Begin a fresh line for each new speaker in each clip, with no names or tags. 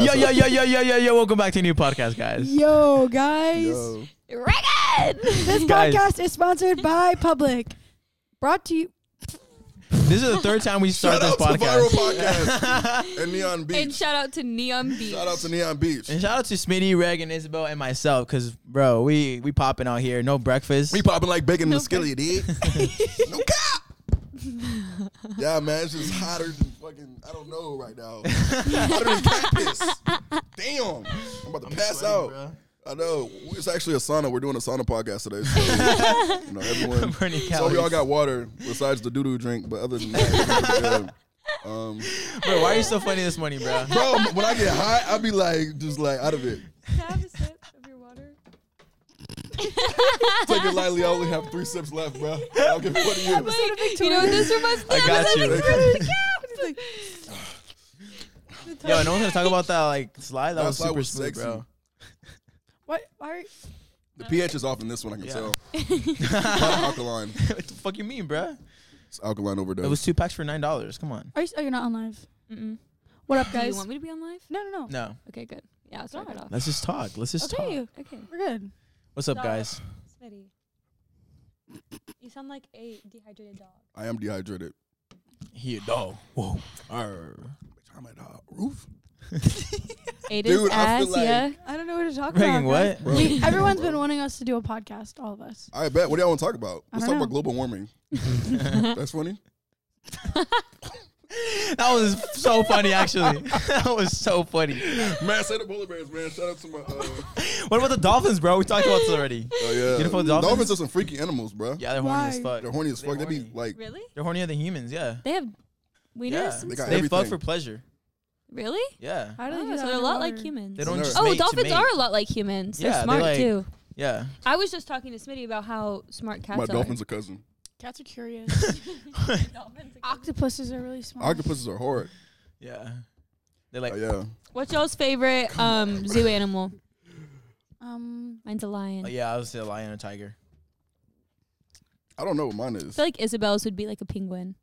Yo, yo, yo, yo, yo, yo, yo. Welcome back to a new podcast, guys.
Yo, guys.
Yo.
Oh. Reagan!
This
Guys.
podcast is sponsored by Public. Brought to you.
This is the third time we start
Shout
this
out to Viral
podcast.
Podcast and Neon
And
Beach.
shout out to Neon Beach.
Shout out to Neon Beach.
And shout out to Smitty, Reg, and Isabel, and myself, cause bro, we we popping out here. No breakfast.
We popping like bacon in the
No
skillet, dude. no cap. yeah, man, it's just hotter than fucking. I don't know right now. hotter than cat piss. Damn, I'm about to pass
sweating,
out.
bro.
I know. It's actually a sauna. We're doing a sauna podcast today. So, you know, everyone.
Burning
So we
calories.
all got water besides the doo doo drink, but other than that, yeah. um,
bro, why are you so funny this morning, bro?
bro, when I get high, I be like, just like out of it.
Can I have a sip of your water?
Take it lightly. I only have three sips left, bro. I'll give it to you.
you know what this reminds me
I
of?
got
This
you.
reminds me of the cap.
Yo, no one's gonna talk about that like slide. That
That
was
slide
super
was
smooth,
sexy.
bro.
What? Are,
The pH is off in this one. I can
Yeah.
tell. alkaline.
what the fuck you mean, bro?
It's alkaline overdose.
It was two packs for nine dollars. Come on.
are you? Oh, you're not on live.
Mm-mm.
What up,
Do you
guys?
want me to be on live?
No, no, no.
No,
Okay, good. Yeah, I'll start it off.
let's just talk. Let's just talk.
Okay,
Okay.
we're good.
What's up,
Stop.
guys?
Smitty. You sound like a dehydrated dog.
I am dehydrated.
He a dog. Whoa. Arr.
Bitch, I'm at a roof.
It
is
is
Dude, I feel ass, like- yeah.
I don't know what to talk
Reagan,
about. guys.
what?
Bro.
We, everyone's been wanting us to do a podcast, all of us.
I bet. What do y'all want to talk about?
I
Let's talk
don't
about
know.
global warming. That's funny.
That was so funny, actually. that was so funny.
Man, say the polar bears, man. Shout out to my. Uh,
What about the dolphins, bro? We talked about this already.
oh yeah.
Beautiful dolphins?
dolphins. are some freaky animals, bro.
Yeah, they're horny as
Why?
fuck.
They're horny as
They're
fuck. They be
horny.
like,
Really?
They're hornier than humans. Yeah.
They have wieners
Yeah.
and
They
They
got
stuff?
fuck
everything.
for pleasure.
Really?
Yeah.
How do they
Oh,
do that
so they're a lot
underwater?
like humans.
They don't
Nerve.
just
oh,
mate to
dolphins
mate.
are a lot like humans. They're
Yeah, they're
smart
like-
too.
Yeah.
I was just talking to Smitty about how smart cats
my
are.
dolphins are cousin.
Cats are curious. Octopuses are really smart.
Octopuses are hard.
Yeah. They're like,
Oh, yeah.
What's y'all's favorite um, zoo animal?
um,
Mine's a lion.
oh, yeah, I was a lion or tiger.
I don't know what mine is.
I feel like Isabel's would be like a penguin.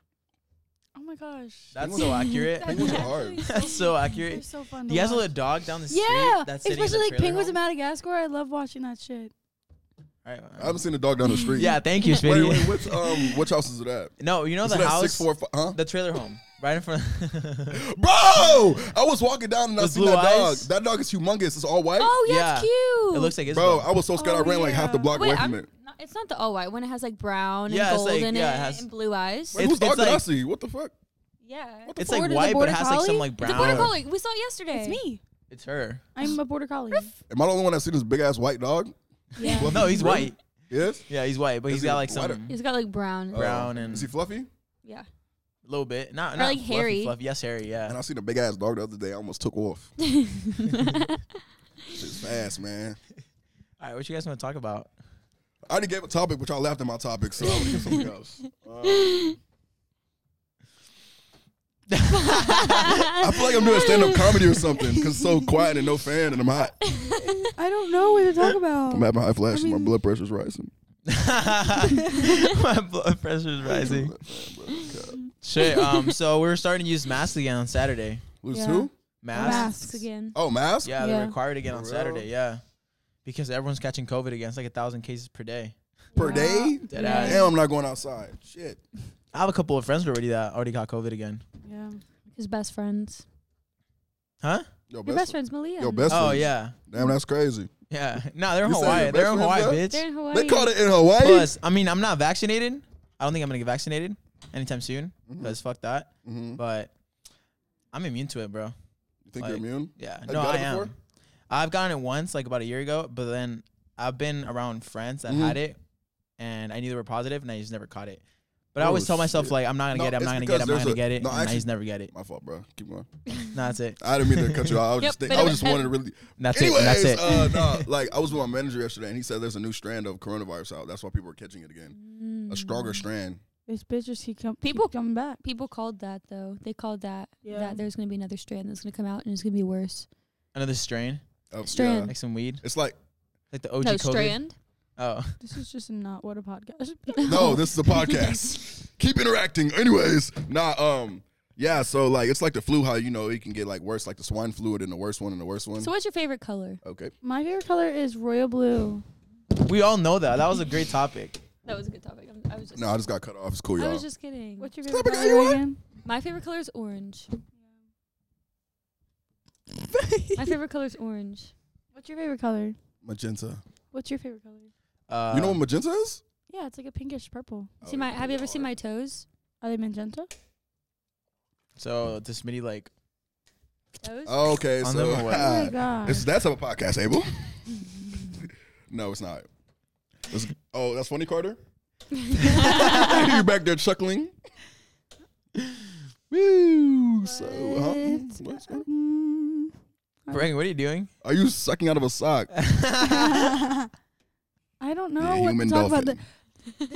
oh my gosh.
That's so accurate.
Penguins are hard.
That's so
They're
accurate.
so fun.
Do
to
you guys know
watch.
the dog down the street?
Yeah,
that's sitting in the
especially like
trailer
penguins in
home?
Madagascar. I love watching that shit.
Alright, alright.
I haven't seen a dog down the street.
Yeah, thank you,
Wait,
Smitty.
wait. Which um, which house is it at?
No, you know
Is
the
it at
house,
Six four five. Huh?
the trailer home, right in front.
Bro, I was walking down and I
With
seen
blue
that dog.
eyes?
That dog is humongous. It's all white.
Oh yeah,
Yeah.
it's cute.
it looks like it's
Bro, I was so scared.
Oh,
I ran like half the
yeah.
block
Wait,
away from
I'm
it.
not- it's not the all white one. It has like brown
Yeah,
and
it's
gold
like-
in
yeah, it
it,
has-
and blue eyes.
Wait,
It's-
whose dog
it's
did I
like-
see? What the fuck?
yeah,
What the
it's
border-
like
the
white, but
border
it has like some
collie?
like
it's a border
brown.
collie. We saw it yesterday.
It's me.
It's her.
I'm a border collie.
Am I the only one that seen this big ass white dog?
Yeah.
No, he's white.
Yes.
Yeah, he's white, but
Is
he's
he
got like
white or-
some
It's got like brown.
Oh.
brown and
Is he fluffy?
Yeah.
a little bit. Not
Or,
not
like,
fluffy,
hairy.
fluffy. Yes, hairy.
And
Yeah.
I seen a big ass dog the other day. I almost took off. Shit's fast, man.
All right, what you guys want to talk about?
I already gave a topic, but y'all laughed at my topic, so I'm gonna give something else. Um, I feel like I'm doing stand up comedy or something because it's so quiet and no fan, and I'm hot.
I don't know what to talk about.
I'm having high flashes.
I
my
mean-
blood pressure's rising.
My blood pressure is rising.
Lose
Shit. Um. So we're starting to use masks again on Saturday.
Yeah.
who?
Masks.
Masks.
Masks again.
Oh, mask.
Yeah, they're
Yeah.
required again on
For real?
Saturday. Yeah. Because everyone's catching COVID again. It's like a thousand cases per day.
per
Yeah.
day.
Dead
Yeah.
ass.
Damn, I'm not going outside. Shit.
I have a couple of friends already that already got COVID again.
Yeah.
His best friends.
Huh?
Yo,
Your best friend's Malia.
Yo, best
oh
friend.
yeah,
Damn, that's crazy.
yeah. No, they're in
You said
Hawaii.
your
They're
best
in Hawaii,
friends,
bitch.
They're in Hawaii.
They caught it in Hawaii.
Plus, I mean, I'm not vaccinated. I don't think I'm gonna get vaccinated anytime soon.
Mm-hmm.
Cause fuck that.
Mhm.
But I'm immune to it, bro.
You think
like-
you're immune?
Yeah.
Have you
no,
got
I
it
am.
before?
I've gotten it once, like about a year ago. But then I've been around friends that
Mhm.
had it, and I knew they were positive, and I just never caught it. But I
Oh,
always tell myself
shit.
like, I'm not gonna
No,
get it. I'm
it's
not gonna
because
get it. I'm not
there's
gonna
a-
get it.
no,
and I
actually-
just never get it.
My fault, bro. Keep going.
No, that's it.
I didn't mean to cut you off. I was
Yep,
just think,
but
I
it
was
was-
just wanting to really.
That's
Anyways,
it. That's it.
Uh, no, like I was with my manager yesterday, and he said there's a new strand of coronavirus out. That's why people are catching it again.
Mm.
A stronger strand.
This bitch just keep com-
People-
keep coming back.
People called that though. They called that
Yeah.
that there's gonna be another strand that's gonna come out and it's gonna be worse.
Another strain,
Of,
Strand.
yeah.
like some weed,
It's like
like the OG
no
COVID.
strand.
Oh,
This is just not what a podcast.
no, this is a podcast. Keep interacting. Anyways, nah. Um, Yeah, so like it's like the flu, how you know it can get like worse, like the swine flu, and then the worst one and the worst one. Uh,
So, what's your favorite color?
okay.
My favorite color is royal blue.
We all know that. That was a great topic.
That was a good topic. I'm, I was just.
No, I just got cut off. It's cool,
I
y'all.
was just kidding.
What's your
Stop
favorite
it, you
color
what?
again?
My favorite color is orange. My favorite color is orange.
What's your favorite color?
magenta.
What's your favorite color?
Uh,
you know what magenta is?
Yeah, it's like a pinkish purple.
Oh,
See my? Have you ever seen my toes?
Are they magenta?
So this midi like
Uh,
Toes.
Okay,
On
so
them or what?
oh my
Ah,
god.
it's that type of podcast, Abel. no, it's not. It's- oh, that's funny, Carter. you back there chuckling? Woo! So, huh?
It's-
What's-
Mm.
Brandon, what are you doing?
Are you sucking out of a sock?
I don't know
Yeah,
what to
human
talk
dolphin.
about. The-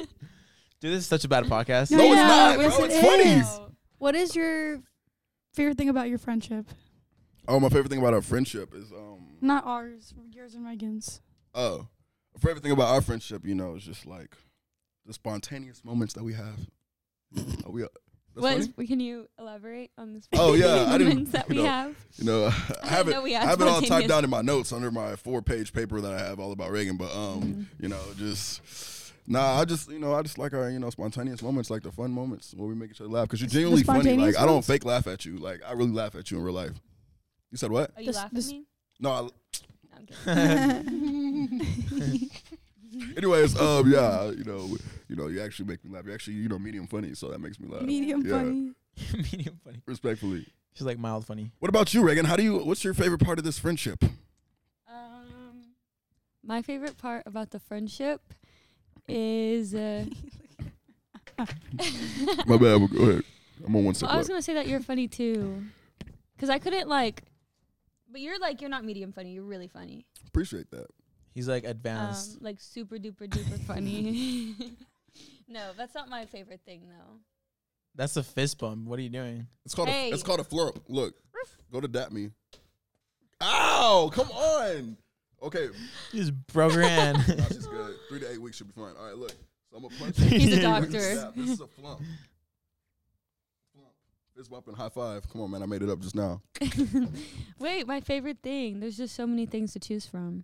Dude, this is such a bad podcast.
No,
No,
it's
yeah,
not,
yes,
bro.
it
It's
is.
funnies.
what is your favorite thing about your friendship?
Oh, my favorite thing about our friendship is um.
Not ours, yours and Reagan's.
Oh, my favorite thing about our friendship, you know, is just like the spontaneous moments that we have. Are we? uh, That's
What?
funny?
is- Can you elaborate on this?
Oh, yeah, I didn't-
moments that
you
we
know,
have.
You know, I have it.
know we
I
had
have it all typed
spontaneous-
down in my notes under my four-page paper that I have all about Reagan. But um,
Mm-hmm.
you know, just nah. I just you know, I just like our you know spontaneous moments, like the fun moments where we make each other laugh. Because you're genuinely funny. Like
spontaneous
I don't
ones?
fake laugh at you. Like I really laugh at you in real life. You said what?
Are you
This-
laughing
this-
at me?
No. I,
No, I'm kidding.
anyways, um, yeah, you know, you know, you actually make me laugh. You actually, you know, medium funny, so that makes me laugh.
Medium
Uh, yeah.
funny.
Medium funny.
Respectfully.
She's like mild funny.
What about you, Reagan? How do you? What's your favorite part of this friendship?
Um, my favorite part about the friendship is. Uh,
My bad. Well, Go ahead. I'm on one
well,
second.
I was gonna say that you're funny too, because I couldn't like. But you're like you're not medium funny. You're really funny.
Appreciate that.
He's like
Um,
advanced.
like super duper duper funny. no, that's not my favorite thing though.
That's a fist bump. What are you doing?
It's called
Hey.
a, it's called a flurp. Look, go to dap me. Ow! Come on. Okay,
You just broke her hand.
nah, she's good. Three to eight weeks should be fine. All right, look. So I'm gonna punch. you.
He's a
Punch this
doctor.
dap. This is a flump. Flump. Fist bumping, high five. Come on, man. I made it up just now.
Wait, my favorite thing. There's just so many things to choose from.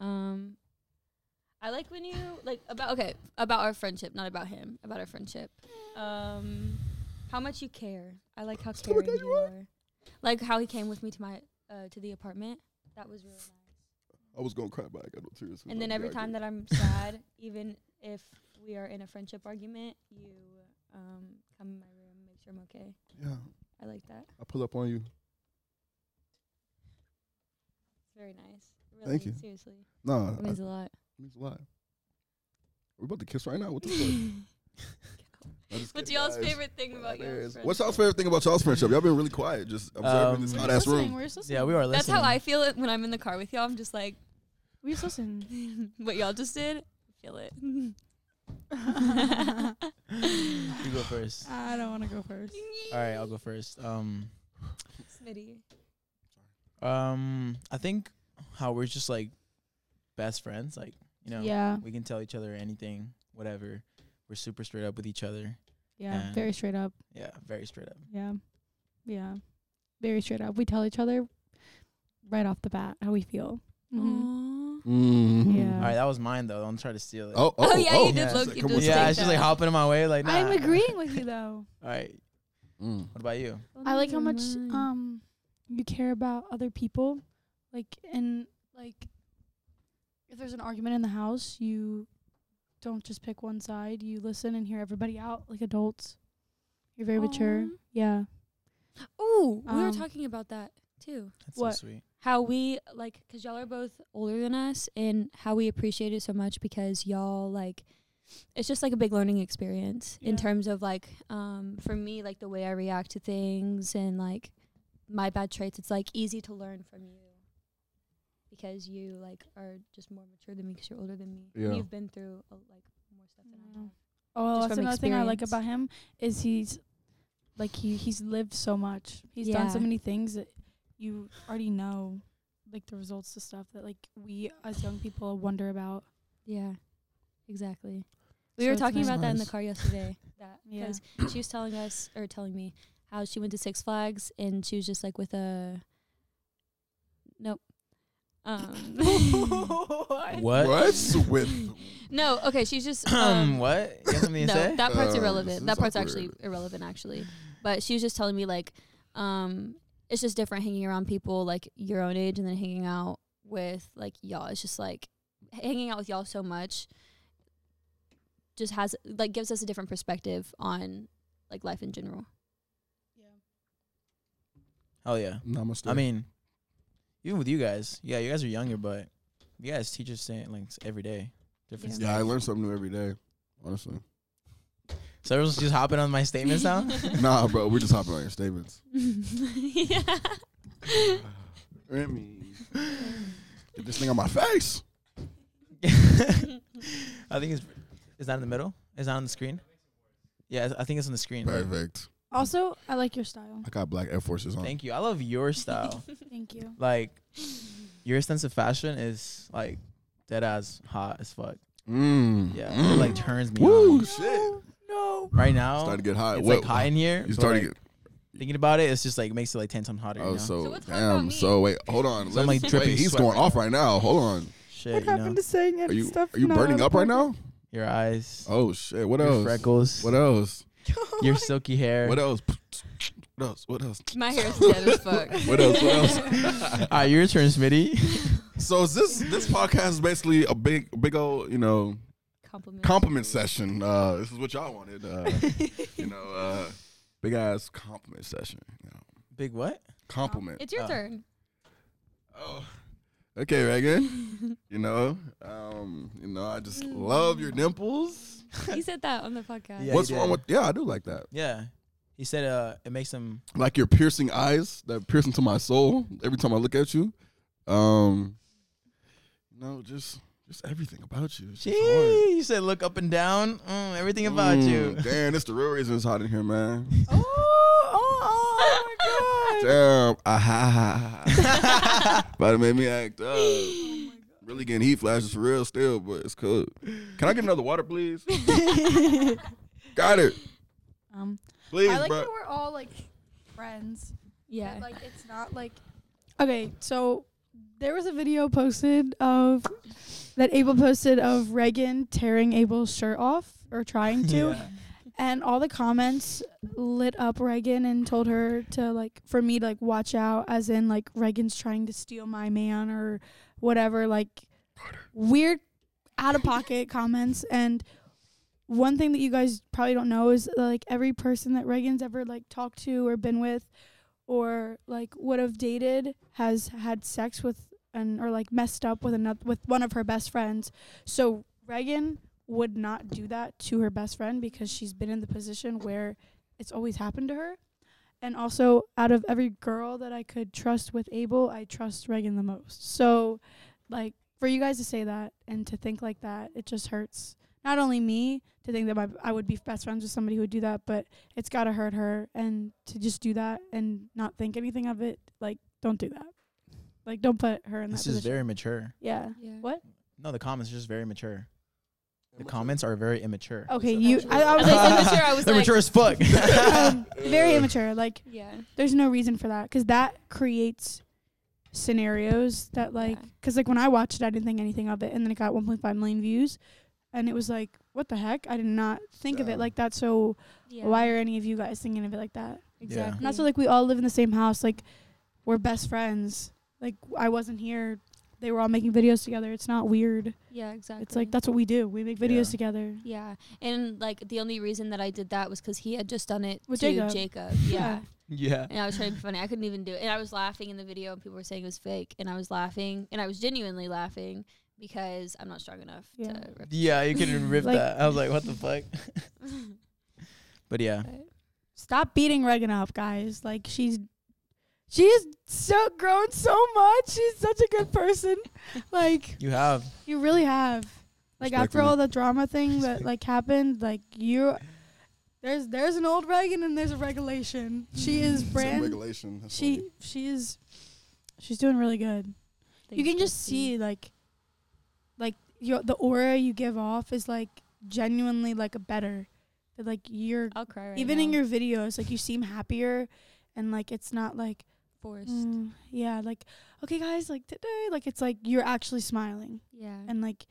Um, I like when you like about okay about our friendship, not about him, about our friendship. Um, how much you care. I like how
Stop it,
caring you
Daniel.
are. Like how he came with me to my uh, to the apartment. That was really nice.
I was gonna cry, but I got no tears.
And then every time that I'm sad, even if we are in a friendship argument, you um come in my room, make sure I'm okay.
yeah,
I like that.
I pull up on you.
It's very nice. Really,
Thank you. Uh,
Seriously,
Nah,
it means a lot.
means a lot. We're about to kiss right now. What the fuck? I'm just
What's
kidding,
y'all's
guys.
favorite thing about
There
your
is- What's y'all's favorite thing about y'all's friendship? Y'all been really quiet, just observing this
Um,
hot ass room.
We're just listening.
yeah, we are
That's
listening.
how I feel it when I'm in the car with y'all. I'm just like,
We just listen.
what y'all just did, feel it.
You go first.
I don't want to go first.
All right, I'll go first. Um,
Smitty.
um, I think how we're just like best friends. Like you know,
Yeah,
we can tell each other anything, whatever. We're super straight up with each other.
yeah,
And-
very straight up.
Yeah, very straight up.
Yeah, yeah, very straight up. We tell each other right off the bat how we feel. Mhm.
Mm.
Yeah.
All right, that was mine though. Don't try to steal it.
Oh, oh,
Oh, yeah, you did
Yeah.
look.
Come
you
on,
did
yeah,
take
she's
that.
like hopping in my way. Like, nah.
I'm agreeing with you though.
All right,
Mm.
"Hmm, what about you?
I like how much
Never mind.
um you care about other people, like and like if there's an argument in the house, you don't just pick one side. You listen and hear everybody out like adults. You're very mature.
Aw.
Yeah.
Ooh, we were
um,
talking about that too.
That's
What?
so sweet.
How we like, cause y'all are both older than us, and how we appreciate it so much because y'all like, it's just like a big learning experience in
Yeah.
terms of like, um, for me, like the way I react to things and like my bad traits. It's like easy to learn from you because you like are just more mature than me because you're older than me.
Yeah.
And you've been through a, like more stuff than I
Yeah.
have.
Oh,
Just
that's
from
another thing I like
experience.
about him is he's like he he's lived so much. He's done so
Yeah.
many things that you already know, like the results to stuff that like we as young people wonder about.
Yeah, exactly. We
So
were
it's
talking
nice.
about that in the
Nice.
car yesterday. That
Yeah.
because she was telling us or telling me how she went to Six Flags and she was just like with a nope. Um,
What?
What's with
no, okay, she's just
Um,
um,
what? You have something
no,
to say?
that part's
Um, this
irrelevant.
is
That part's
awkward.
actually irrelevant, actually. But she was just telling me like, um, it's just different hanging around people like your own age and then hanging out with like y'all. It's just like hanging out with y'all so much just has like gives us a different perspective on like life in general.
Hell Oh, yeah.
namaste?
I mean, even with you guys, yeah, you guys are younger, but you guys teach us saying like every day, different
Yeah.
stuff.
yeah, I learn something new every day. Honestly,
So everyone's just hopping on my statements now.
nah, bro, we're just hopping on your statements.
yeah.
Let me get this thing on my face.
I think it's is that in the middle? Is that on the screen? Yeah, I think it's on the screen.
Perfect.
Also, I like your style.
I got black Air Forces on.
Thank you. I love your style.
Thank you.
like your sense of fashion is like dead ass hot as fuck.
Mm.
Yeah,
Mm.
it like turns me
Woo,
on.
shit.
No, right now
Starting to get hot.
Oh, it's
What-
like hot in here.
You
so,
started
like,
to
thinking about it. It's just like makes it like ten times hotter.
get.
you
Oh,
know?
so,
So what's going on
damn.
with me?
So wait, hold on.
So I'm,
Let's-
like, dripping
wait, he's
sweat
going
right
off right now. Hold on.
shit, you know,
to saying
Are you are you burning up right now?
your eyes,
Oh shit. What
your
else?
freckles,
What else?
your silky hair.
What else? What else? What else?
My hair is dead as fuck.
What else? What else?
All right, your turn, Smitty.
So is this this podcast is basically a big big old you know
Compliment.
compliment session. Uh, this is what y'all wanted. Uh, you know, uh, big ass compliment session. You know,
Big what?
compliment.
It's your
Uh,
turn.
Oh, okay, Reagan. you know, um, you know, I just love your dimples.
He said that on the podcast.
Yeah,
What's
you
wrong
did.
with? Yeah, I do like that.
Yeah, he said uh, it makes him.
Like your piercing eyes that pierce into my soul every time I look at you. Um, you know, just just everything about you. It's just hard.
Gee, you said look up and down. Mm, everything about you.
Mm, Damn, it's the real reason it's hot in here, man.
Oh, oh, oh my god.
Damn, ah ha ha, ha. About to make me act up. Really getting heat flashes for real still, but it's cool. Can I get another water, please? Got it.
Um,
Please,
I like
bro.
that we're all like friends.
Yeah.
Like it's not like Okay, so there was a video posted of that Abel posted of Reagan tearing Abel's shirt off or trying to
Yeah.
and all the comments lit up Reagan and told her to like for me to like watch out as in like Reagan's trying to steal my man or whatever like weird out of pocket comments and one thing that you guys probably don't know is like every person that Reagan's ever like talked to or been with or like would have dated has had sex with and or like messed up with another with one of her best friends. So Reagan would not do that to her best friend because she's been in the position where it's always happened to her. And also, out of every girl that I could trust with Abel, I trust Reagan the most. So, like, for you guys to say that and to think like that, it just hurts. Not only me to think that my, I would be best friends with somebody who would do that, but it's got to hurt her. And to just do that and not think anything of it, like, don't do that. Like, don't put her in
This
that
is
position.
very mature.
yeah.
Yeah.
What?
No, the comments are just very mature. The comments are very immature.
Okay,
that
you.
mature?
I, I was like,
I'm immature, I was
They're
like-
mature as fuck.
um, very immature. Like,
Yeah.
there's no reason for that because that creates scenarios that like
Yeah.
because like when I watched it, I didn't think anything of it, and then it got 1.5 million views, and it was like, what the heck? I did not think of
Yeah.
it like that. So
Yeah.
why are any of you guys thinking of it like that?
Exactly.
And also like we all live in the same house. Like we're best friends. Like I wasn't here. They were all making videos together. It's not weird.
Yeah, exactly.
It's like that's what we do. We make videos
Yeah.
together.
Yeah, and like the only reason that I did that was because he had just done it
With
to
Jacob.
Jacob. Yeah.
yeah.
and I was trying to be funny. I couldn't even do it, and I was laughing in the video, and people were saying it was fake, and I was laughing, and I was genuinely laughing because I'm not strong enough
Yeah.
to. Rip.
Yeah, you couldn't rip
Like-
that. I was like, what the fuck? but yeah.
stop beating Regan up, guys. Like she's she's so grown so much. She's such a good person. like
You have.
you really have. Like after
Respectfully.
all the drama thing that like happened, like you there's there's an old Reagan and there's a regulation. She is
Same
brand
regulation. That's
she
funny.
she is she's doing really good. You can just see like like your the aura you give off is like genuinely like a better That like you're
I'll cry right
even in
now.
your videos, like you seem happier, and like it's not like
forced.
"Mm, yeah, like okay guys, like today, like it's like you're actually smiling,
Yeah.
Mm-hmm.
and like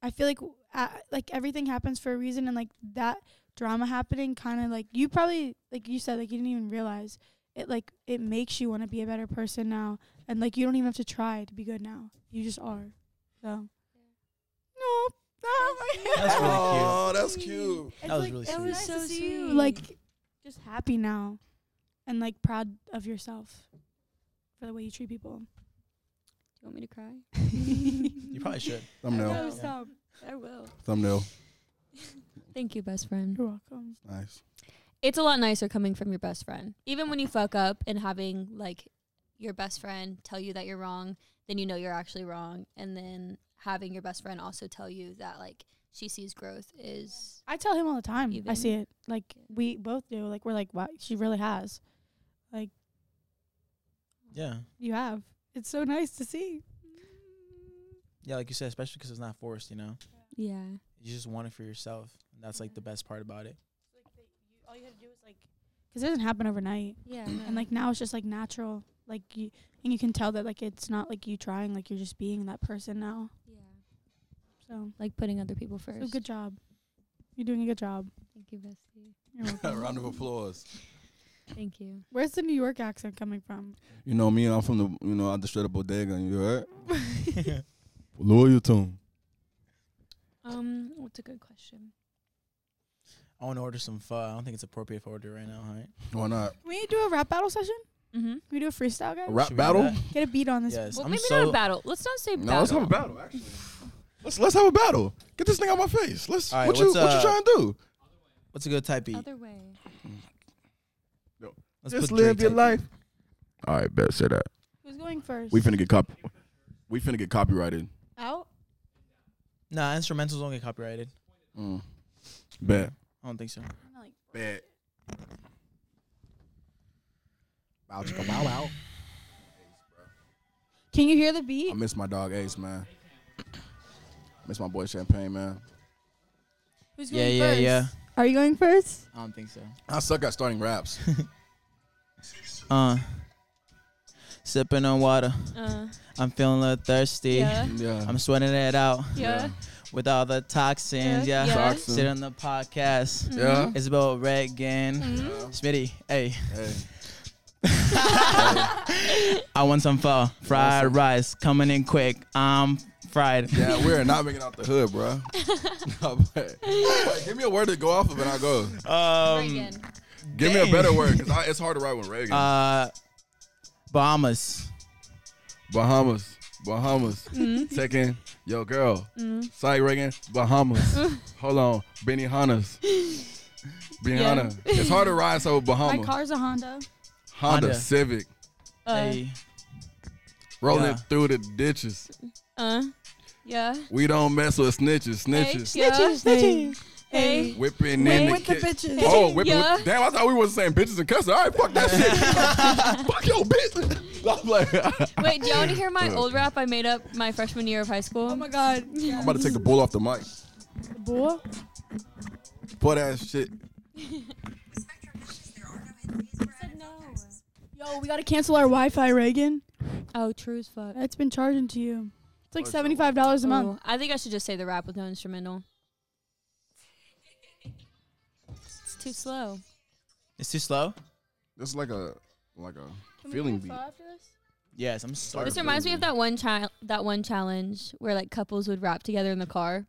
I feel like w- uh, like everything happens for a reason, and like that drama happening kind of like you probably like you said like you didn't even realize it like it makes you want to be a better person now, and like you don't even have to try to be good now, you just are. So no, oh my
That's really
God.
cute.
Oh, that's cute.
It's
That was
like,
really
it's
sweet.
nice
That
to
was so
see you,
sweet.
like just happy now and like proud of yourself for the way you treat people.
Do you want me to cry?
You probably should.
Thumbnail.
No.
No, stop.
I will.
Thumbnail.
Thank you, best friend.
You're welcome.
Nice.
It's a lot nicer coming from your best friend. Even when you fuck up and having like your best friend tell you that you're wrong, then you know you're actually wrong. And then having your best friend also tell you that like she sees growth is
I tell him all the time. I
Even.
see it. Like we both do. Like we're like, wow, she really has.
Yeah.
You have. It's so nice to see.
Yeah, like you said, especially because it's not forced, you know?
Yeah.
You just want it for yourself. And that's like the best part about it.
All you had to do was like, because it doesn't happen overnight.
Yeah.
And like now it's just like natural. Like you, and you can tell that like it's not like you trying. Like you're just being that person now.
yeah.
So,
Like putting other people first.
so good job. You're doing a good job.
Thank you, bestie.
You're welcome.
Round of applause.
Thank you.
Where's the New York accent coming from?
You know me, I'm from the you know, I just straight up bodega, you heard? Loyal tone.
Um, what's a good question?
I want to order some pho. I don't think it's appropriate for order right now, right?
Why not?
Can we do a rap battle session?
Mm-hmm.
Can we do a freestyle, guys?
A rap
Should we do
battle?
that?
Get a beat on this.
Yes.
Well,
I'm
maybe
so
not a battle. Let's not say
No,
battle.
let's have a battle, actually. Let's let's have a battle. Get this thing out my face. Let's
All right,
what you
what's,
what you
uh,
trying to do?
What's a good type beat?
Other way.
Let's
Just
put
live
Drake
your
type E.
life. All right, bet say that.
Who's going first?
We finna get copy we finna get copyrighted.
out.
beat. Nah, instrumentals don't get copyrighted.
Mm. Bet.
I don't think so.
I'm like,
Bet. Bow chicka bow wow.
Can you hear the beat?
I miss my dog Ace, man. Miss my boy Champagne, man.
Who's
Yeah, yeah, yeah.
Are you going first?
I don't think so.
I suck at starting raps.
Uh, sipping on water.
Uh,
I'm feeling a little thirsty.
yeah.
yeah.
I'm sweating it out
Yeah.
with all the toxins. Yeah.
Yeah, Mm. yeah.
Toxins.
Sit on the podcast.
Yeah.
It's about Reagan.
Mm.
Smitty, hey.
Hey.
I want some pho. Fried
Awesome.
rice coming in quick. I'm fried.
Yeah, we're not making out the hood, bro. give me a word to go off of and I'll go.
Um,
Reagan.
Give me
Dang.
a better word because it's hard to write with Reagan.
uh, Bahamas.
Bahamas. Bahamas. Taking yo girl. Sorry, Reagan. Bahamas. Hold on. Benny Hannas. Benihana. It's hard to ride, so
My
Bahama.
car's a Honda.
Honda,
Honda.
Civic.
Uh,
hey.
Rolling
Yeah.
through the ditches.
uh, yeah.
We don't mess with snitches. Snitches.
Yeah.
Snitching,
Hey.
Whipping in the
with the
kitchen.
bitches.
Oh, whipping
Yeah.
with, damn! I thought we was saying bitches and cussing. All right, fuck that shit. fuck your bitch. I'm like,
Wait, do you want to hear my old rap I made up my freshman year of high school?
Oh my god.
I'm about to take the bull off the mic.
Boy.
Butt ass shit.
Yo, we gotta cancel our Wi-Fi, Reagan.
Oh, true as fuck.
It's been charging to you. It's like
Oh, it's a
seventy-five dollars a month.
Ooh, I think I should just say the rap with no instrumental. It's too slow.
It's too slow?
This is like a like a Oh, feeling beat.
Yes, I'm sorry.
This reminds me of
Really?
that one child, that one challenge where like couples would rap together in the car.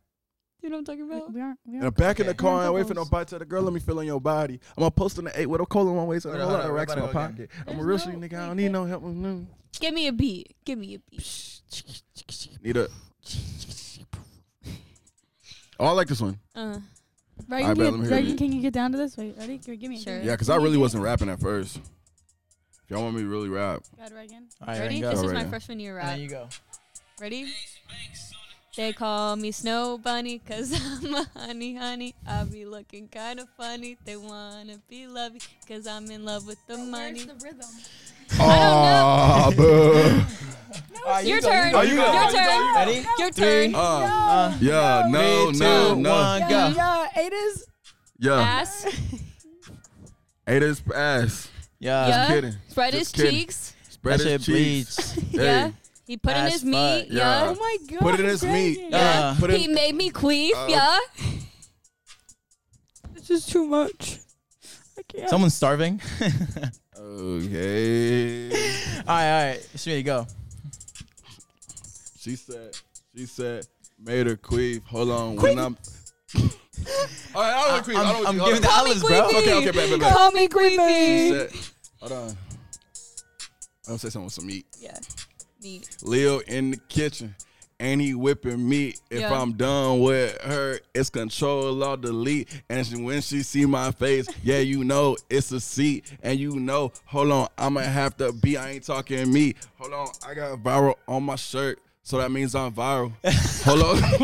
You know what I'm talking
We,
about?
we aren't. We
And I'm
aren't.
back in the
Okay.
car and wait for nobody. Tell the girl, let me feel on your body. I'm gonna post on the eight with a cola one way, so
Hold
I got
on,
a lot
hold
of
on,
racks in my
we gotta go
pocket. I'm a
There's
real
no-
street nigga. I
like
don't need
that.
no help. with nothing.
Give me a beat. Give me a beat.
Need a. Oh, I like this one.
Uh,
Alright,
Reagan, can
bet,
you-
let me hear the
Reagan,
beat.
can you get down to this? Wait, ready? Give me.
Sure.
Give me.
Yeah, because I really wasn't rapping at first. If y'all want me to really rap,
God, Reagan.
All right,
ready?
Reagan, go.
This
All
was
right.
my freshman year
And
rap.
there you go.
Ready? They call me Snow Bunny cause I'm a honey honey. I be looking kind of funny. They wanna be lovey cause I'm in love with the money.
rhythm?
Ah, boo.
Alright,
Your
you go, you
turn.
go, you
Your
go, you go, you
turn.
go. Ready?
Your
Three,
turn.
Uh,
Uh,
yeah, no,
three,
no,
two,
no.
one, go.
yeah, it is.
Yeah.
Ass.
Ate his ass.
Yeah.
Yeah.
Just kidding.
Spread his
Just kidding.
cheeks.
Spread
that
his
shit
cheeks.
bleeds.
Hey,
Yeah. He put in
Ass
his
fuck.
meat.
Yeah.
Yeah.
Oh my god.
Put it in his meat.
Brandon.
Yeah.
Put
He
it.
made me queef.
Uh,
yeah.
This is too much. I can't.
Someone's starving. all
Okay.
right, all right. Smitty, go.
She said. She said. Made her queef. Hold on. When I'm. All right, I don't want queef. I
I'm,
don't
I'm
want
giving
queef.
the
Call me
olives, bro.
queefy.
Oh, Okay, okay, back, back, back.
Call me
She
creepy.
said. Hold on. I'll say something with some meat.
Yeah. Meat.
Lil in the kitchen. And he whipping meat. If
Yeah.
I'm done with her, it's control or delete. And she, when she see my face, yeah, you know it's a seat. And you know, hold on, I'ma have to be. I ain't talking me. Hold on, I got viral on my shirt, so that means I'm viral. hold on, that,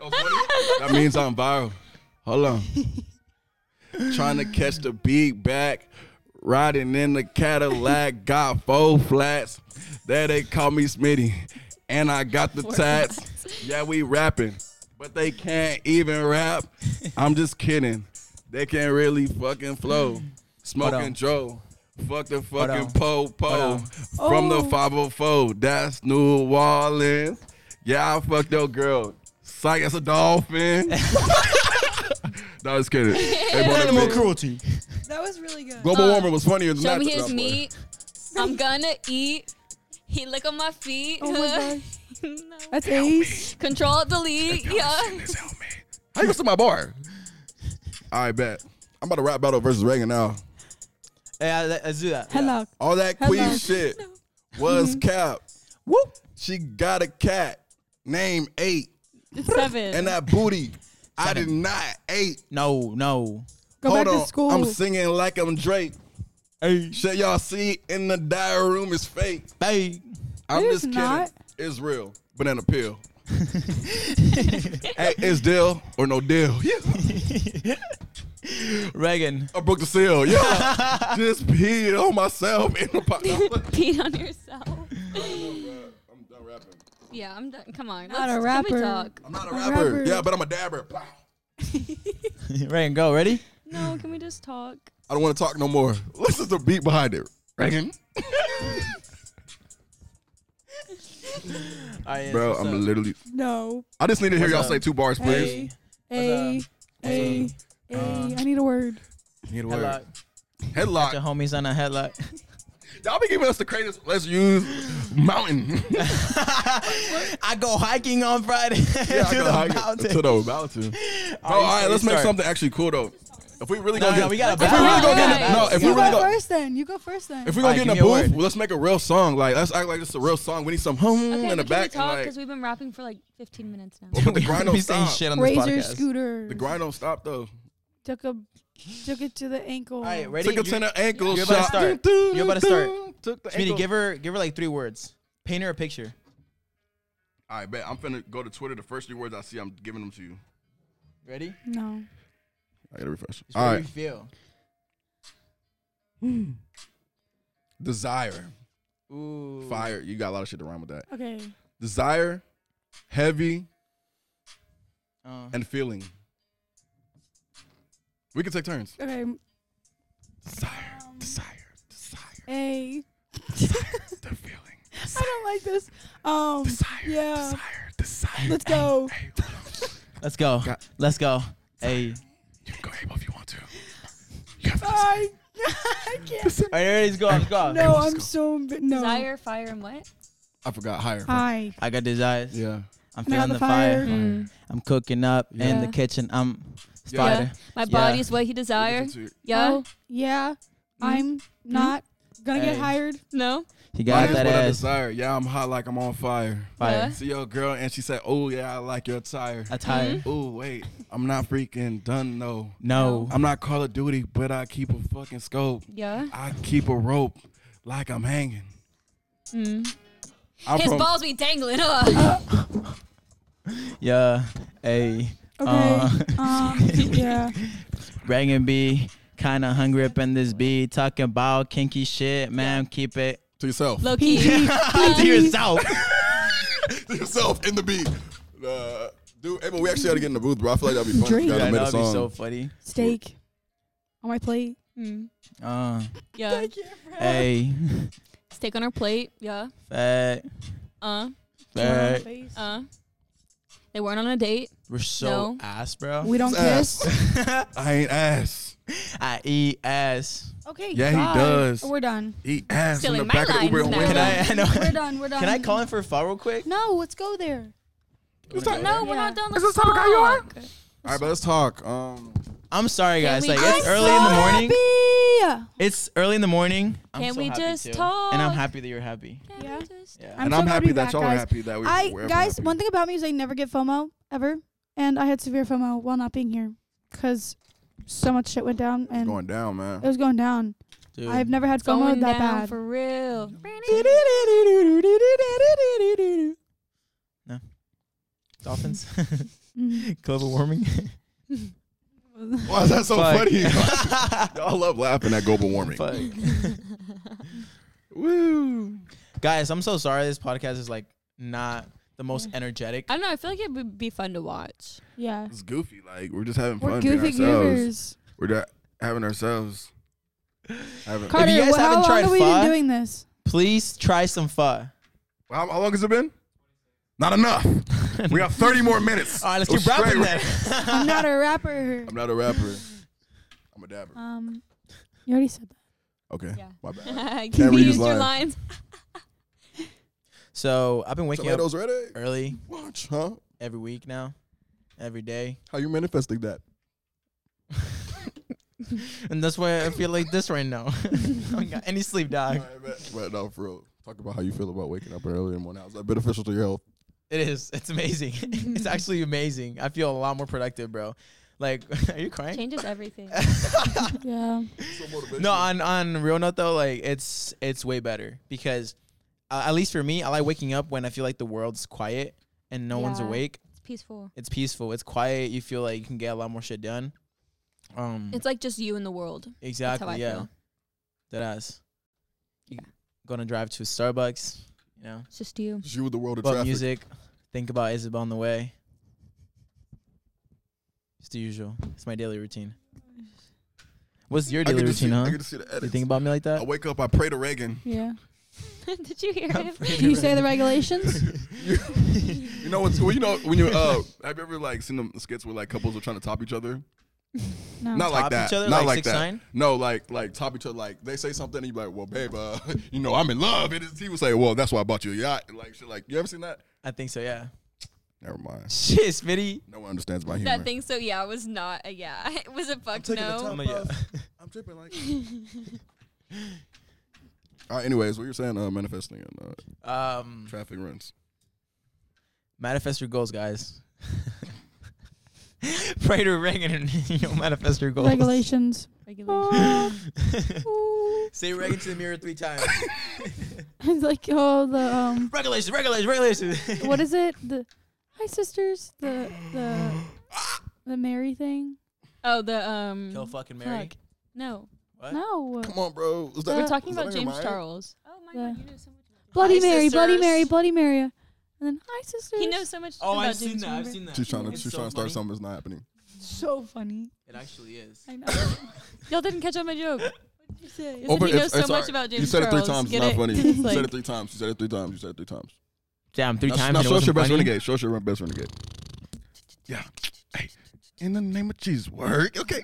was funny. That means I'm viral. Hold on, trying to catch the big back. Riding in the Cadillac, got four flats. There they call me Smitty, and I got the tats. Yeah, we rapping, but they can't even rap. I'm just kidding. They can't really fucking flow.
Hold
Smoking
on.
Joe. Fuck the
on.
fucking po po
Hold on.
from the
Oh.
504. That's New Orleans. Yeah, I fucked your girl. Psych, that's a dolphin. no, just kidding. They brought up it.
cruelty.
That was really good.
Global
Uh,
warming was funnier than
Show
that.
me
No,
his
I'm playing.
meat. I'm gonna eat. He lick on my feet.
Oh my
No.
That's ace.
Control delete. Yeah.
This helmet. How you gonna see my bar? I bet. I'm about to rap battle versus Reagan now.
Hey, I, let's do that.
Hello.
All that
Hello.
queen shit was cap.
Whoop.
She got a cat named Eight,
It's seven.
and that booty, I
Seven.
did not eight.
No, no.
Go
Hold
back
on,
to school.
I'm singing like I'm Drake.
Hey,
Shit, y'all see in the diary room is fake.
hey.
I'm
It is
just kidding.
not.
It's real. Banana peel. hey, it's deal or no deal. Yeah.
Reagan.
I broke the seal. Yeah. just peel on myself in the pot.
Pete on yourself.
I'm done rapping.
Yeah, I'm done. Come on.
Not
let's-
a
can we
rapper.
talk?
I'm not a
A
rapper.
rapper.
Yeah, but I'm a dabber. Pow.
Reagan, go. Ready?
No, can we just talk?
I don't want to talk no more. Listen to the beat behind it. Reagan.
Mm-hmm. All right,
Bro,
what's
I'm
up?
literally.
no.
I just need to hear
What's
y'all
up?
say two bars, please.
Hey. A. um,
What's
A. A. I need a word.
Need a word.
Headlock.
Headlock.
Your homies on a headlock.
Y'all be giving us the craziest. Let's use mountain.
I go hiking on Friday
Yeah,
to
I can
the
hike it
mountain.
To the mountain. Bro, Oh, all right, let's make something actually cool though. If we really
No,
gonna
no,
get,
we gotta
if we really
balance.
gonna get, in-
Guys,
no, if
you
we really
go
gonna,
first then. You go first then.
if we
All
gonna
right,
get in a
give me a
booth,
word.
let's make a real song. Like let's act like it's a real song. We need some hum
Okay,
Mm, in the
but can we
back.
talk?
and,
Because
like,
we've been rapping for like 15 minutes now.
but the
we
grind
be
don't
saying
stop.
shit on this
Razor
podcast.
scooter.
The grind don't stop though.
Took a took it to the ankle.
All right, ready?
Took it to the ankle
you're about to
shot.
start.
Dun,
You're about to
dun,
start.
Took the
Smitty,
ankle.
give her, give her like three words. Paint her a picture.
All right, bet I'm finna go to Twitter. The first three words I see, I'm giving them to you.
Ready?
No.
I gotta refresh.
It's
All
what
right,
you feel.
desire,
Ooh.
fire. You got a lot of shit to rhyme with that.
Okay.
Desire, heavy,
Uh,
and feeling. We can take turns.
Okay.
Desire, desire, desire,
A.
the feeling.
I don't like this. Um. yeah.
desire.
Let's go.
let's go.
Got-
Let's go. Hey.
You can go able if you want to. You have
I, I can't.
All right, ready? Let's go. Let's go.
No, I'm so emb- no.
Desire, fire, and what?
I forgot higher.
Hi.
I got desires.
Yeah.
I'm
Now
feeling
the
the fire.
fire.
I'm cooking up in the
Yeah.
kitchen. I'm
Yeah.
starter.
My
Yeah.
body is what he desire. Yeah. Hmm?
Oh, yeah. I'm not gonna get
Hey.
hired.
No.
He got
Mine is
that
what I
ass.
desire. Yeah, I'm hot like I'm on fire.
Fire.
Yeah.
See your girl and she said, "Oh yeah, I like your attire."
Attire.
Mm-hmm.
Oh wait, I'm not freaking done though.
No.
I'm not Call of Duty, but I keep a fucking scope.
Yeah.
I keep a rope like I'm hanging. I'm
Mm. His
from-
balls be dangling. Huh?
Yeah. Hey.
Okay.
Uh,
um. Yeah.
Reg and B. Kinda hungry up in this B. Talking about kinky shit, man. Keep it
to yourself.
Low
P.
key.
to yourself.
to yourself in the beat. Uh, Dude, hey, but we actually had to get in the booth, bro. I feel like that'd be fun.
Drink.
If you guys
Yeah,
made
that
a
would be
song.
so funny.
Steak on my plate.
Mm.
Uh,
Yeah.
hey,
Steak on our plate. Yeah.
fat,
Uh.
fat.
Uh. They weren't on a date.
We're so
No.
ass, bro.
We don't
Ass.
kiss.
I ain't ass.
I E eat ass.
Okay.
Yeah, he
bye.
does.
We're done.
He ass
Stealing
in the
my
back of the
lines
Uber on
now.
Wednesday.
Can I? I know.
We're done. We're done.
Can I call in for a foul real quick?
No, let's go there.
No, we're
Yeah.
not done.
Is
Let's
this how the guy you are?
talk.
All right, but let's talk. Um,
I'm sorry,
Can
guys.
we
Like
just-
it's
I'm
early in the morning.
Happy.
It's early in the morning. I'm
Can
so
we
happy
just
too.
talk?
And I'm happy that you're happy.
Can we
Yeah.
just-
Yeah.
I'm
and
so
I'm
glad
happy
we
that
back,
y'all are
guys.
happy that we.
I
we're
guys,
happy.
one thing about me is I never get FOMO ever, and I had severe FOMO while not being here because so much shit went down and
going down,
it
man.
was going down.
Dude.
I've never had
It's
FOMO
going
that
down
bad.
for real.
No. Dolphins?
Mhm.
Global warming?
Why is that so
Fuck.
funny? y'all love laughing at global warming.
Fuck.
Woo.
Guys, I'm so sorry this podcast is like not the most energetic.
I don't know. I feel like it would be fun to watch.
Yeah,
It's goofy.
Like we're just having
we're
fun. being
goofy
ourselves.
goobers.
We're just having ourselves. Having,
Carter,
guys
wh- how
haven't
long
tried
have we
pho-
been doing this?
Please try some pho.
how, how long has it been? Not enough. we have 30 more minutes.
All right, let's
Go
keep rapping
straight-
then.
I'm not a rapper.
I'm not a rapper. I'm a dabber.
Um, you already said that.
Okay,
Yeah.
my bad.
Can
Can't
we
read his
use your
line.
lines?
So I've been waking up
Tomatoes ready?
early
Watch, huh?
every week now, every day.
How you manifesting that?
and that's why I feel like this right now. I don't got any sleep, dog.
All right, bet. But no, for real. Talk about how you feel about waking up early in the morning. How's that beneficial to your health?
It is. It's amazing. it's actually amazing. I feel a lot more productive, bro. Like, are you crying?
Changes everything.
Yeah.
No, on on real note though, like it's it's way better because uh, at least for me, I like waking up when I feel like the world's quiet and no one's
Yeah.
awake.
It's peaceful.
It's peaceful. It's quiet. You feel like you can get a lot more shit done. Um,
It's like just you and the world. That's how I
exactly. Yeah,
feel.
that ass. You
Yeah.
gonna drive to Starbucks, you know,
It's just you.
You with the world of
put
traffic.
music, think about Isabel on the way. It's the usual. It's my daily routine. What's your
I
daily
can just
routine,
see,
huh?
I can
Do
just see the
you
edits.
think about me like
I
that?
wake up, I pray to Reagan.
Yeah.
Did you hear him?
Can you say the regulations?
You know what's well, you know when you uh have you ever like seen them skits where like couples are trying to top each other?
No.
Not like
Top
that.
each other,
Not
like
like,
six
that.
nine?
No, like like top each other. Like they say something and you be like, well, babe, uh, you know, I'm in love. And it's- he was like, well, that's why I bought you a yacht. And like shit, like you ever seen that?
I think so. Yeah.
Never mind.
Shit, Smitty.
No one understands my humor.
That thing. So yeah, it was not a yeah. It was a fuck
taking the
I'm
time.
no.
a yeah.
I'm tripping like. All right, anyways, what you're saying, uh, manifesting and uh,
Um,
traffic runs.
manifest your goals, guys. Pray to Reagan and you know, manifest your goals.
Regulations.
Oh,
Oh.
Say Reagan to the mirror three times.
It's like oh the um
Regulations, regulations, regulations.
what is it? The hi sisters. The the the Mary thing.
Oh, the um.
Kill fucking Mary.
Mm, Fuck.
no.
What?
No.
Come on, bro. Is
Uh,
that,
We're talking
is that
about
in your
James
mind?
Charles. Oh my
God,
you know so much.
Bloody
Hi,
Mary. Bloody
sisters.
Mary. Bloody Mary. And then hi sisters.
He knows so much.
Oh,
about
I've seen
James
that. I've
Remember?
seen that.
She's trying to
It's
she's
so
trying to start
funny.
something that's not happening.
So funny.
It actually is.
I know.
Y'all didn't catch on my joke. It's
Over-
like he knows
it's-
so
it's
much
alright.
about James
You said it three
Charles.
times. It's
Get
not
it?
funny.
It's
you
like-
said it three times. You said it three times. You said it three times.
Damn, three
Now-
times.
Now
and it
show us your
wasn't
best
funny?
renegade. Show us your best renegade. Yeah. Hey, in the name of Jesus, work. Okay.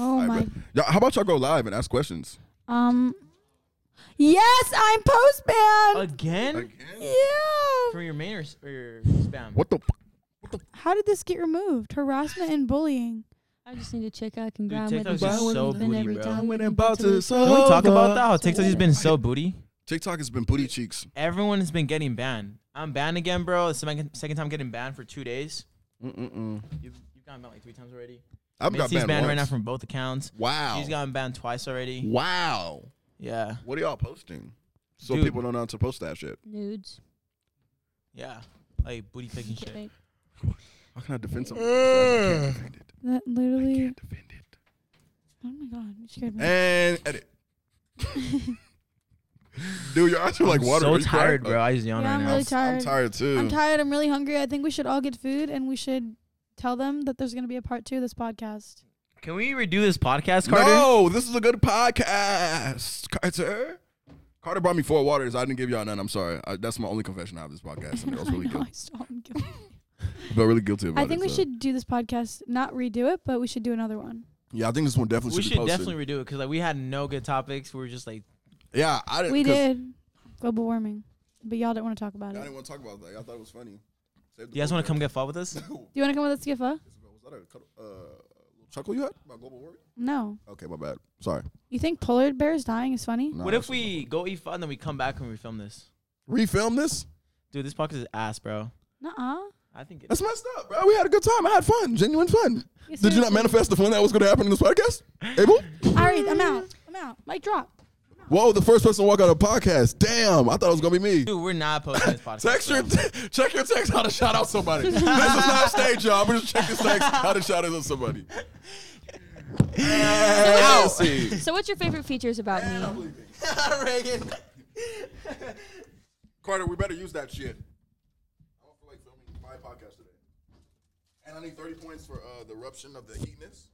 Oh
All
my.
right, Y'all, how about y'all go live and ask questions?
Um. Yes, I'm postman.
Again?
Again?
yeah.
From your main or, s- or your spam?
What the? F-
How did this get removed? Harassment and bullying.
I just need to check I can
Dude,
grind with
TikTok's
the
just
bone
so
and
booty,
every
bro.
time
When
we
I'm
go
about
to
to
the-
solve-
Can we talk about that? How
It's
TikTok has
over.
been so booty.
TikTok has been booty cheeks.
Everyone has been getting banned. I'm banned again, bro. It's the second, second time getting banned for two days.
Mm-mm-mm.
You've, you've gotten banned like three times already.
I've got
Mitzi's
banned,
banned, right now
once.
from both accounts.
Wow.
He's gotten banned twice already.
wow.
Yeah.
What are y'all posting? So
Dude.
people don't know how to post that shit.
Nudes.
Yeah. Like booty picking shit.
Shit.
How can I defend something? I can't defend it.
That
I
literally.
can't defend it.
Oh my god. You scared me.
And edit. Dude, your eyes are like
I'm
water.
so tired, bro. I just yawn
Yeah,
right
I'm
now.
really
I'm
tired.
tired too.
I'm tired. I'm really hungry. I think we should all get food and we should tell them that there's going to be a part two of this podcast.
Can we redo this podcast, Carter?
No, this is a good podcast, Carter. Carter brought me four waters. I didn't give y'all none. I'm sorry. I, that's my only confession I have this podcast. And I was really
know,
guilty.
I, still am guilty.
I felt really guilty about
I
it.
think we
so.
should do this podcast, not redo it, but we should do another one.
Yeah, I think this one definitely
we
should,
should
be posted.
definitely redo it because like we had no good topics. We were just like,
Yeah, I didn't.
We
'cause
did global warming, but y'all didn't want to talk about
I
it.
didn't want to talk about that. I thought it was funny. Save the
you guys want to
podcast.
come get fought with us?
Do you want to come with us, Skiffa?
Was that a cut- uh, little chuckle you had about global warming?
No.
Okay, my bad. Sorry.
You think polar bears dying is funny?
Nah,
what if
that's not
we go eat fun and then we come back and we film this?
funny. refilm this?
Dude, this podcast is ass, bro.
Nuh-uh.
I think it's
That's messed up, bro. We had a good time. I had fun, genuine fun.
Yes,
Did you not
seriously.
manifest the fun that was going to happen in this podcast, Abel?
All right, I'm out. I'm out. Mic drop.
Whoa, the first person to walk out of the podcast. Damn, I thought it was going to be me.
dude. We're not posting this podcast.
Text your
bro.
check your text how to shout out somebody. this is not stage, y'all. But just check this text how to shout out somebody.
Ow.
Hey,
So, what's your favorite features about me?
Reagan.
Carter, we better use that shit. I don't feel like filming my podcast today. And I need 30 points for uh, the eruption of the heatness.